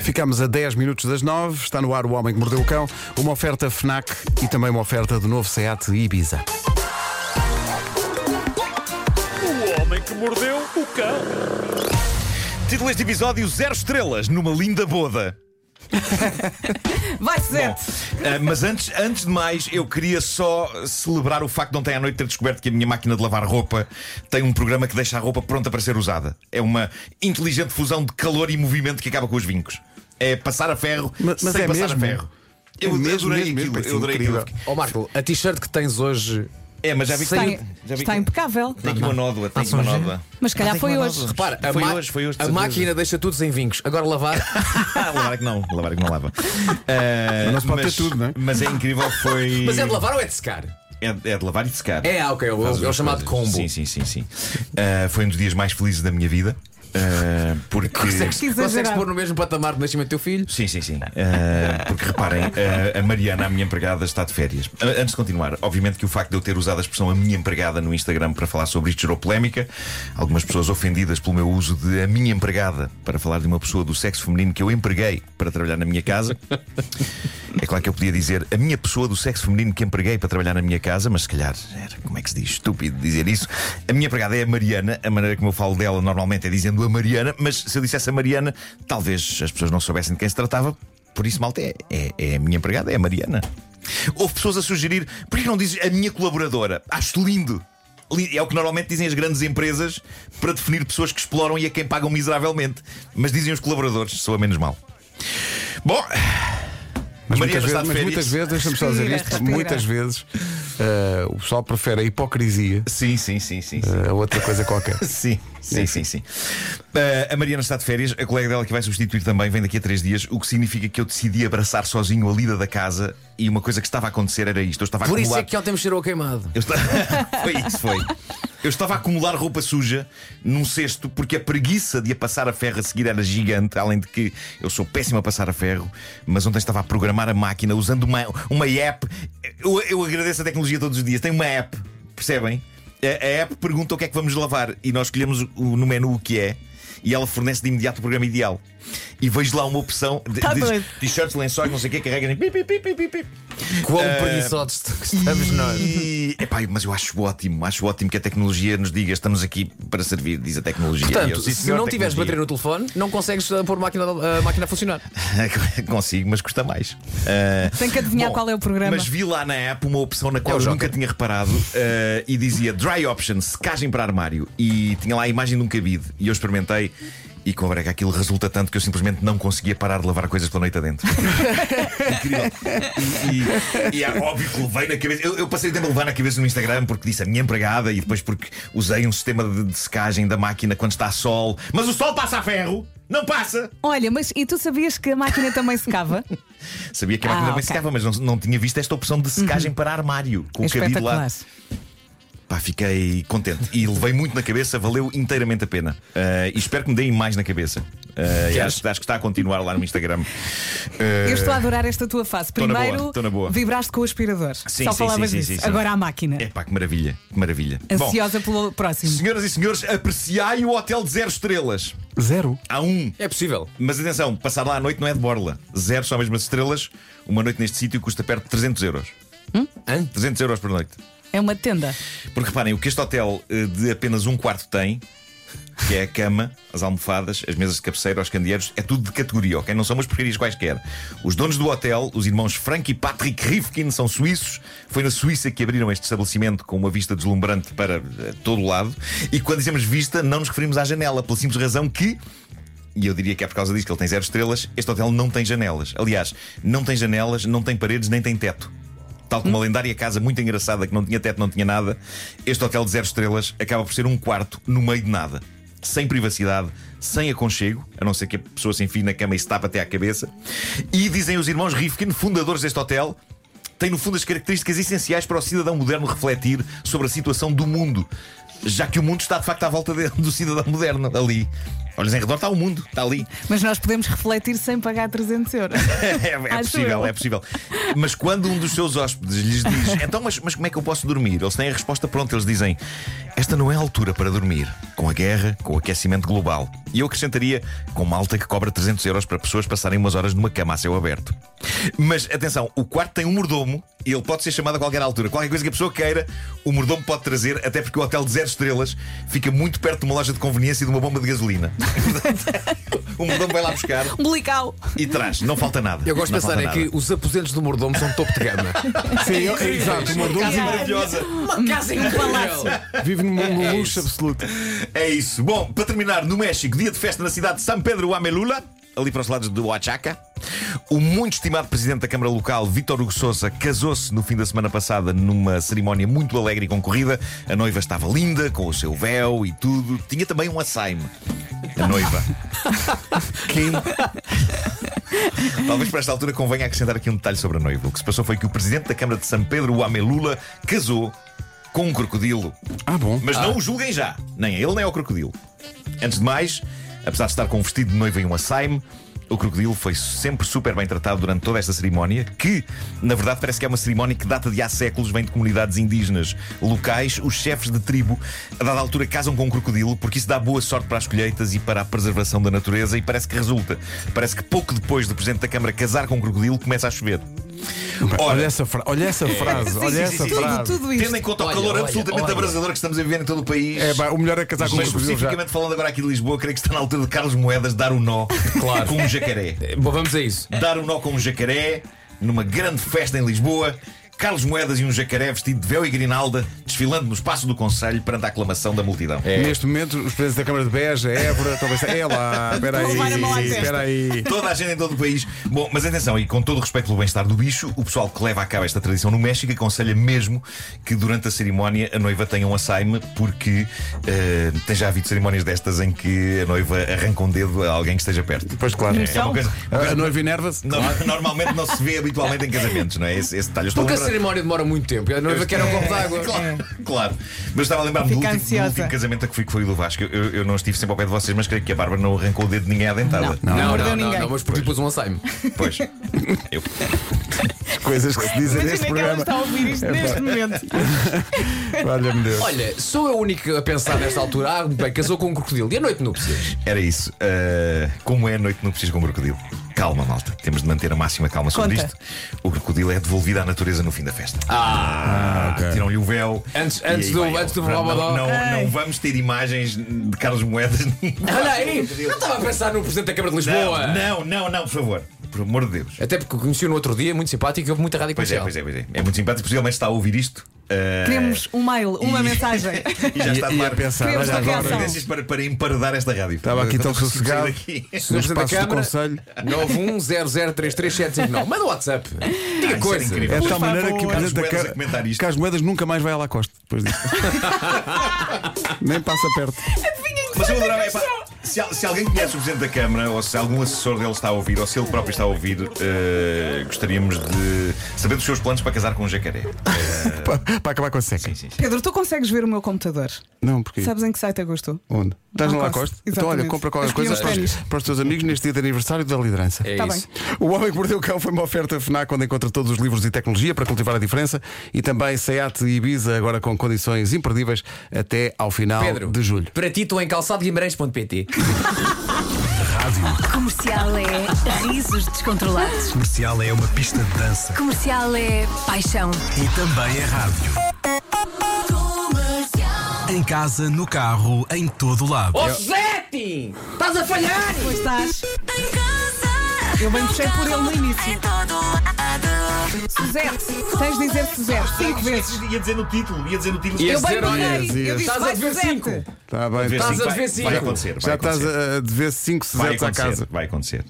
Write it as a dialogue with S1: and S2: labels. S1: Ficamos a 10 minutos das 9. Está no ar o Homem que Mordeu o Cão. Uma oferta Fnac e também uma oferta do novo SEAT Ibiza.
S2: O homem que mordeu o cão.
S3: Título deste episódio: Zero estrelas numa linda boda.
S4: Vai, Sete!
S3: Ah, mas antes, antes de mais, eu queria só celebrar o facto de ontem à noite ter descoberto que a minha máquina de lavar roupa tem um programa que deixa a roupa pronta para ser usada. É uma inteligente fusão de calor e movimento que acaba com os vincos. É passar a ferro
S1: Mas- mas
S3: sem
S1: é
S3: passar
S1: mesmo?
S3: a ferro.
S1: É
S3: Eu
S1: mesmo,
S3: adorei
S1: mesmo, mesmo,
S3: aquilo.
S1: parece
S3: eu adorei
S1: incrível.
S3: aquilo.
S5: Ó Marco, a t-shirt que tens hoje.
S3: É, mas já vi que
S4: Está,
S3: tem- já vi
S4: está
S3: que-
S4: impecável.
S3: Tem aqui uma nódoa, tem aqui uma nódoa.
S4: Mas se calhar
S3: um Ah, tem
S4: foi
S3: uma
S4: hoje.
S3: nódoa.
S5: Repara, a,
S3: foi
S5: ma-
S3: hoje, foi hoje. de
S5: a
S3: certeza.
S5: máquina deixa tudo sem vincos. Agora lavar.
S3: Ah, lavar é que não, lavar é que não lava. Ah,
S1: Não se pode ter
S3: mas-
S1: tudo, não é?
S3: Mas é incrível, foi.
S5: Mas é de lavar ou é de secar?
S3: É, é de lavar e de secar.
S5: É, ah, ok, é o,
S3: Faz
S5: é o
S3: duas
S5: chamado
S3: coisas. Sim,
S5: combo.
S3: sim, sim. sim. Ah, foi um dos dias mais felizes da minha vida. ah, porque.
S5: Consegues,
S4: Que
S5: consegues
S4: exagerado.
S5: pôr no mesmo patamar de nascimento do teu filho?
S3: Sim, sim, sim. Ah, porque reparem, ah, a Mariana, a minha empregada, está de férias. Ah, antes de continuar, obviamente que o facto de eu ter usado a expressão a minha empregada no Instagram para falar sobre isto gerou polémica. Algumas pessoas ofendidas pelo meu uso de a minha empregada para falar de uma pessoa do sexo feminino que eu empreguei para trabalhar na minha casa. É claro que eu podia dizer a minha pessoa do sexo feminino que empreguei para trabalhar na minha casa, mas se calhar era, como é que se diz? Estúpido dizer isso. A minha empregada é a Mariana, a maneira como eu falo dela normalmente é dizendo a Mariana, mas se eu dissesse a Mariana, talvez as pessoas não soubessem de quem se tratava, por isso, malta, é, é, é a minha empregada, é a Mariana. Houve pessoas a sugerir, por que não dizes a minha colaboradora? Acho lindo. É o que normalmente dizem as grandes empresas para definir pessoas que exploram e a quem pagam miseravelmente. Mas dizem os colaboradores, sou a menos mal. Bom,
S1: Mas
S3: Mariana
S1: muitas
S3: está
S1: vezes,
S3: de
S1: mas
S3: férias.
S1: muitas vezes deixa-me só dizer
S4: Respira,
S1: isto,
S4: respira.
S1: muitas vezes eh, o pessoal prefere a hipocrisia eh,
S3: Sim, sim, sim, sim. sim.
S1: a outra coisa qualquer.
S3: Sim, sim, sim, sim. Ah, a Mariana está de férias, a colega dela que vai substituir também vem daqui a três dias, o que significa que eu decidi abraçar sozinho a lida da casa e uma coisa que estava a acontecer era isto. Eu estava a
S5: Por isso
S3: acumular...
S5: é que ontem me cheirou a queimado.
S3: Eu esta- foi isso, foi. Eu estava a acumular roupa suja num cesto porque a preguiça de a passar a ferro a seguir era gigante. Além de que eu sou péssimo a passar a ferro, mas ontem estava a programar a máquina usando uma, uma app. Eu, eu agradeço a tecnologia todos os dias. Tem uma app, percebem? A, a app pergunta o que é que vamos lavar e nós escolhemos o- o- no menu o que é e ela fornece de imediato o programa ideal. E vejo lá uma opção de,
S4: Tá
S3: de-
S4: doido.
S3: t-shirts, lençóis, não sei o que, carrega tipo, em pip, pip, pip, pip, pip, pip.
S5: Quão preguiçosos que estamos nós.
S3: E, epá, mas eu acho ótimo, acho ótimo que a tecnologia nos diga estamos aqui para servir, diz a tecnologia. E eu,
S5: Portanto,
S3: "Sim,
S5: se
S3: senhor,
S5: não tiveres bateria
S3: tecnologia."
S5: no telefone, não consegues uh, pôr a máquina, a máquina a funcionar.
S3: Consigo, mas custa mais. Ah,
S4: Tem que adivinhar qual é o programa.
S3: Mas vi lá na app uma opção na qual
S5: É o
S3: eu
S5: Joker.
S3: nunca tinha reparado ah, e dizia Dry Option, secagem para armário. E tinha lá a imagem de um cabide. E eu experimentei. E com a breca aquilo resulta tanto que eu simplesmente não conseguia parar de lavar coisas pela noite adentro. Incrível. E, e, e é óbvio que levei na cabeça. Eu, eu passei o tempo a levar na cabeça no Instagram porque disse a minha empregada e depois porque usei um sistema de, de secagem da máquina quando está sol. Mas o sol passa a ferro! Não passa!
S4: Olha, mas e tu sabias que a máquina também secava?
S3: Sabia que a
S4: Ah,
S3: máquina também
S4: ok.
S3: secava, mas não, não tinha visto esta opção de secagem para armário com
S4: É
S3: o cabido lá.
S4: espetacular.
S3: Pá, fiquei contente e levei muito na cabeça, valeu inteiramente a pena. Ah, e espero que me deem mais na cabeça. Ah, e acho, acho que está a continuar lá no Instagram. Ah,
S4: Eu estou a adorar esta tua fase.
S3: Tô na boa,
S4: Primeiro,
S3: tô na boa.
S4: vibraste com o aspirador.
S3: Sim,
S4: Só
S3: sim,
S4: falavas
S3: sim, sim,
S4: disso.
S3: sim, sim.
S4: Agora à máquina.
S3: Epá, que maravilha, que maravilha. Bom,
S4: Ansiosa pelo próximo.
S3: senhoras e senhores, apreciai o hotel de zero estrelas.
S1: Zero.
S3: Há um.
S5: É possível.
S3: Mas atenção, passar lá à noite não é de borla. Zero são as mesmas estrelas. Uma noite neste sítio custa perto de 300 euros.
S5: Hã?
S3: 300 euros por noite.
S4: É uma tenda.
S3: Porque reparem, o que este hotel eh, de apenas um quarto tem, que é a cama, as almofadas, as mesas de cabeceira, os candeeiros, é tudo de categoria, ok? Não são umas porcarias quaisquer. Os donos do hotel, os irmãos Frank e Patrick Rifkin, são suíços. Foi na Suíça que abriram este estabelecimento com uma vista deslumbrante para eh, todo o lado. E quando dizemos vista, não nos referimos à janela, pela simples razão que. E eu diria que é por causa disso que ele tem zero estrelas. Este hotel não tem janelas. Aliás, não tem janelas, não tem paredes, nem tem teto. Tal como a lendária casa muito engraçada que não tinha teto, não tinha nada, este hotel de zero estrelas acaba por ser um quarto no meio de nada. Sem privacidade, sem aconchego, a não ser que a pessoa se enfie na cama e se tape até à cabeça. E dizem os irmãos Rifkin, fundadores deste hotel, tem no fundo as características essenciais para o cidadão moderno refletir sobre a situação do mundo. já que o mundo está de facto à volta de- do cidadão moderno, ali. Olhas em redor, está o mundo, está ali.
S4: Mas nós podemos refletir sem pagar 300 euros.
S3: É, é
S4: Acho
S3: possível,
S4: eu.
S3: é possível. Mas quando um dos seus hóspedes lhes diz, então, mas, mas como é que eu posso dormir? Eles têm a resposta pronta, eles dizem, esta não é a altura para dormir, com a guerra, com o aquecimento global. E eu acrescentaria, com malta que cobra 300 euros para pessoas passarem umas horas numa cama a céu aberto. Mas atenção, o quarto tem um mordomo e ele pode ser chamado a qualquer altura. Qualquer coisa que a pessoa queira, o mordomo pode trazer, até porque o hotel de zero estrelas fica muito perto de uma loja de conveniência e de uma bomba de gasolina. Portanto, o mordomo vai lá buscar
S4: Um belical.
S3: e traz, não falta nada.
S5: Eu gosto de
S3: Não
S5: pensar
S3: falta
S5: é que
S3: nada.
S5: os aposentos do mordomo são topo de gama.
S1: Sim, eu- exato. Uma
S5: um
S1: dúvida
S3: Maravilhosa.
S5: Uma casa
S4: Um palácio.
S1: vive num luxo absoluto.
S3: É isso. Bom, para terminar, no México, dia de festa na cidade de São Pedro Amelula, ali para os lados do Oaxaca. O muito estimado presidente da Câmara Local, Vítor Hugo Souza, casou-se no fim da semana passada numa cerimónia muito alegre e concorrida. A noiva estava linda, com o seu véu e tudo. Tinha também um assaime. A noiva. Talvez para esta altura convenha acrescentar aqui um detalhe sobre a noiva. O que se passou foi que o presidente da Câmara de São Pedro, o Amelula, casou com um crocodilo.
S1: Ah, bom.
S3: Mas não o julguem já, nem a ele nem ao crocodilo. Antes de mais, apesar de estar com um vestido de noiva e um assaime, o crocodilo foi sempre super bem tratado durante toda esta cerimónia, que, na verdade, parece que é uma cerimónia que data de há séculos, vem de comunidades indígenas locais. Os chefes de tribo, a dada altura, casam com um crocodilo, porque isso dá boa sorte para as colheitas e para a preservação da natureza, e parece que resulta. Parece que pouco depois do Presidente da Câmara casar com um crocodilo, começa a chover.
S1: Olha essa, fra- olha essa frase. Olha
S3: É. sim,
S1: essa
S3: sim,
S1: frase.
S4: Tudo, tudo
S3: Tendo
S4: isto.
S3: em conta
S5: Olha,
S3: o calor
S5: olha,
S3: absolutamente
S5: olha.
S3: abrasador que estamos a viver em todo o país.
S1: É, pá, o melhor é casar com
S3: Mas
S1: um crocodilo já.
S3: especificamente falando agora aqui de Lisboa, creio que está na altura de Carlos Moedas dar um nó
S5: Claro.
S3: com um jacaré.
S5: Eh, Bom, vamos a isso.
S3: Dar um nó com um jacaré numa grande festa em Lisboa. Carlos Moedas e um jacaré vestido de véu e grinalda desfilando no espaço do Conselho perante a aclamação da multidão.
S1: É. Neste momento, os presidentes da Câmara de Beja, Évora, talvez. É lá, espera
S4: Vou levar a mão à
S1: aí.
S4: testa.
S1: Espera aí.
S3: Toda a gente em todo o país. Bom, mas atenção, e com todo o respeito pelo bem-estar do bicho, o pessoal que leva a cabo esta tradição no México aconselha mesmo que durante a cerimónia a noiva tenha um assaime, porque eh, tem já havido cerimónias destas em que a noiva arranca um dedo a alguém que esteja perto.
S1: Pois claro.
S3: É uma coisa, uma
S1: A
S3: coisa
S1: a noiva enerva-se.
S3: No- Normalmente não se vê habitualmente em casamentos, não é? Esse, esse detalhe. Eu estou
S5: Porque a
S3: lembrar-
S5: cerimónia demora muito tempo. e A noiva quer um copo de água.
S3: Claro, claro. Mas estava a lembrar-me do,
S4: Fica
S3: último- do
S4: ansiosa.
S3: último casamento a que fui, que foi o do Vasco. Eu, eu não estive sempre ao pé de vocês, mas creio que a Bárbara não arrancou o dedo de ninguém à dentada.
S5: Não, não,
S4: mordeu
S5: não,
S4: ninguém.
S5: não, mas porque depois um açaime.
S3: Pois. Eu.
S1: Coisas que se dizem
S4: Imagina é
S1: neste
S4: que ela
S1: programa.
S4: está a ouvir isto neste momento.
S1: Olha-me Deus.
S5: Olha, sou eu o único a pensar nesta altura. Ah, bem, casou com um crocodilo. E a noite núpcias?
S3: Era isso. Uh, como é a noite no preciso com o crocodilo? Calma, malta. Temos de manter a máxima calma sobre
S4: Conta.
S3: isto. O crocodilo é devolvido à natureza no fim da festa.
S5: Ah,
S3: Ah, Tiram-lhe o véu.
S5: Antes-
S3: e
S5: antes
S3: aí
S5: do-
S3: vai ele.
S5: antes do
S3: não, não,
S5: Babadó.
S3: não, não vamos ter imagens de Carlos Moedas.
S5: olha aí. Não estava a pensar no presidente da Câmara de Lisboa.
S3: Não, não, não, não, por favor. Por amor de Deus.
S5: Até porque o conheci no outro dia, muito simpático, e houve muita rádio
S3: Pois é,
S5: comercial.
S3: pois é, pois é. É muito simpático, possivelmente está a ouvir isto. uh,
S4: Queremos um mail, uma
S3: e-
S4: mensagem.
S3: e já está
S1: E-
S3: de
S1: e
S3: mar
S1: a pensar,
S4: Queremos
S1: olha
S4: uma
S1: agora.
S4: reação.
S3: Tendências para, para emparedar esta rádio.
S1: Estava aqui tão
S3: Quando eu saí
S1: sossegado.
S3: daqui-
S1: No
S5: Senhor Presidente
S1: espaço
S5: da
S1: do
S5: Câmara,
S1: Conselho.
S5: é. 910033759. Manda o WhatsApp. Diga
S3: é
S5: coisa.
S3: incrível.
S1: É de
S3: Por
S1: tal maneira que o
S3: favor.
S1: presidente da
S3: Carlos Moedas a
S1: Câmara.
S3: comentar isto.
S1: Carlos Moedas nunca mais vai à Lacoste depois disso. Nem passa perto.
S3: Mas é eu adorava, epá, se, al- se alguém conhece o Presidente da Câmara, ou se algum assessor dele está a ouvir, ou se ele próprio está a ouvir, eh, gostaríamos de saber dos seus planos para casar com um jacaré.
S1: Pa- Para, acabar com a seca.
S3: Sim, sim, sim.
S4: Pedro, tu consegues ver o meu computador?
S1: Não, porque.
S4: Sabes em que site eu gosto?
S1: Onde? Estás na
S4: Lacoste,
S1: Lacoste? Então, olha,
S4: exatamente.
S1: compra qualquer
S4: Escolhi
S1: coisa
S4: uns
S1: para os,
S4: ténis.
S1: para os teus amigos neste dia de aniversário da liderança.
S5: É
S4: Tá bem.
S5: isso.
S1: O Homem que Mordeu o Cão foi uma oferta FNAC onde encontra todos os livros e tecnologia para cultivar a diferença e também SEAT e Ibiza agora com condições imperdíveis até ao final
S5: Pedro,
S1: de julho.
S5: Para ti, estou em calçadoguimarães.pt.
S6: Comercial é risos descontrolados.
S7: Comercial é uma pista de dança
S6: Comercial é paixão.
S7: e também é rádio. Em casa, no carro, em todo lado.
S5: Ó Zeti! Estás a falhar!
S4: Pois estás. Eu bem puxei por ele no início. Suzete, tens de dizer Suzete cinco vezes.
S3: Ia dizer no título, ia dizer no título.
S5: Ia
S4: Eu bem
S5: dizer, olha,
S4: puxei. Eu disse,
S5: estás a
S4: vai
S5: dever
S4: Suzete.
S5: cinco.
S1: Está bem.
S3: Vai
S1: Tá-
S5: Estás a
S3: vai-
S5: dever cinco.
S3: Vai acontecer, vai
S1: já estás
S3: acontecer.
S1: a a dever 5
S3: Vai
S1: sezetes à
S3: acontecer,
S1: casa.
S3: vai acontecer.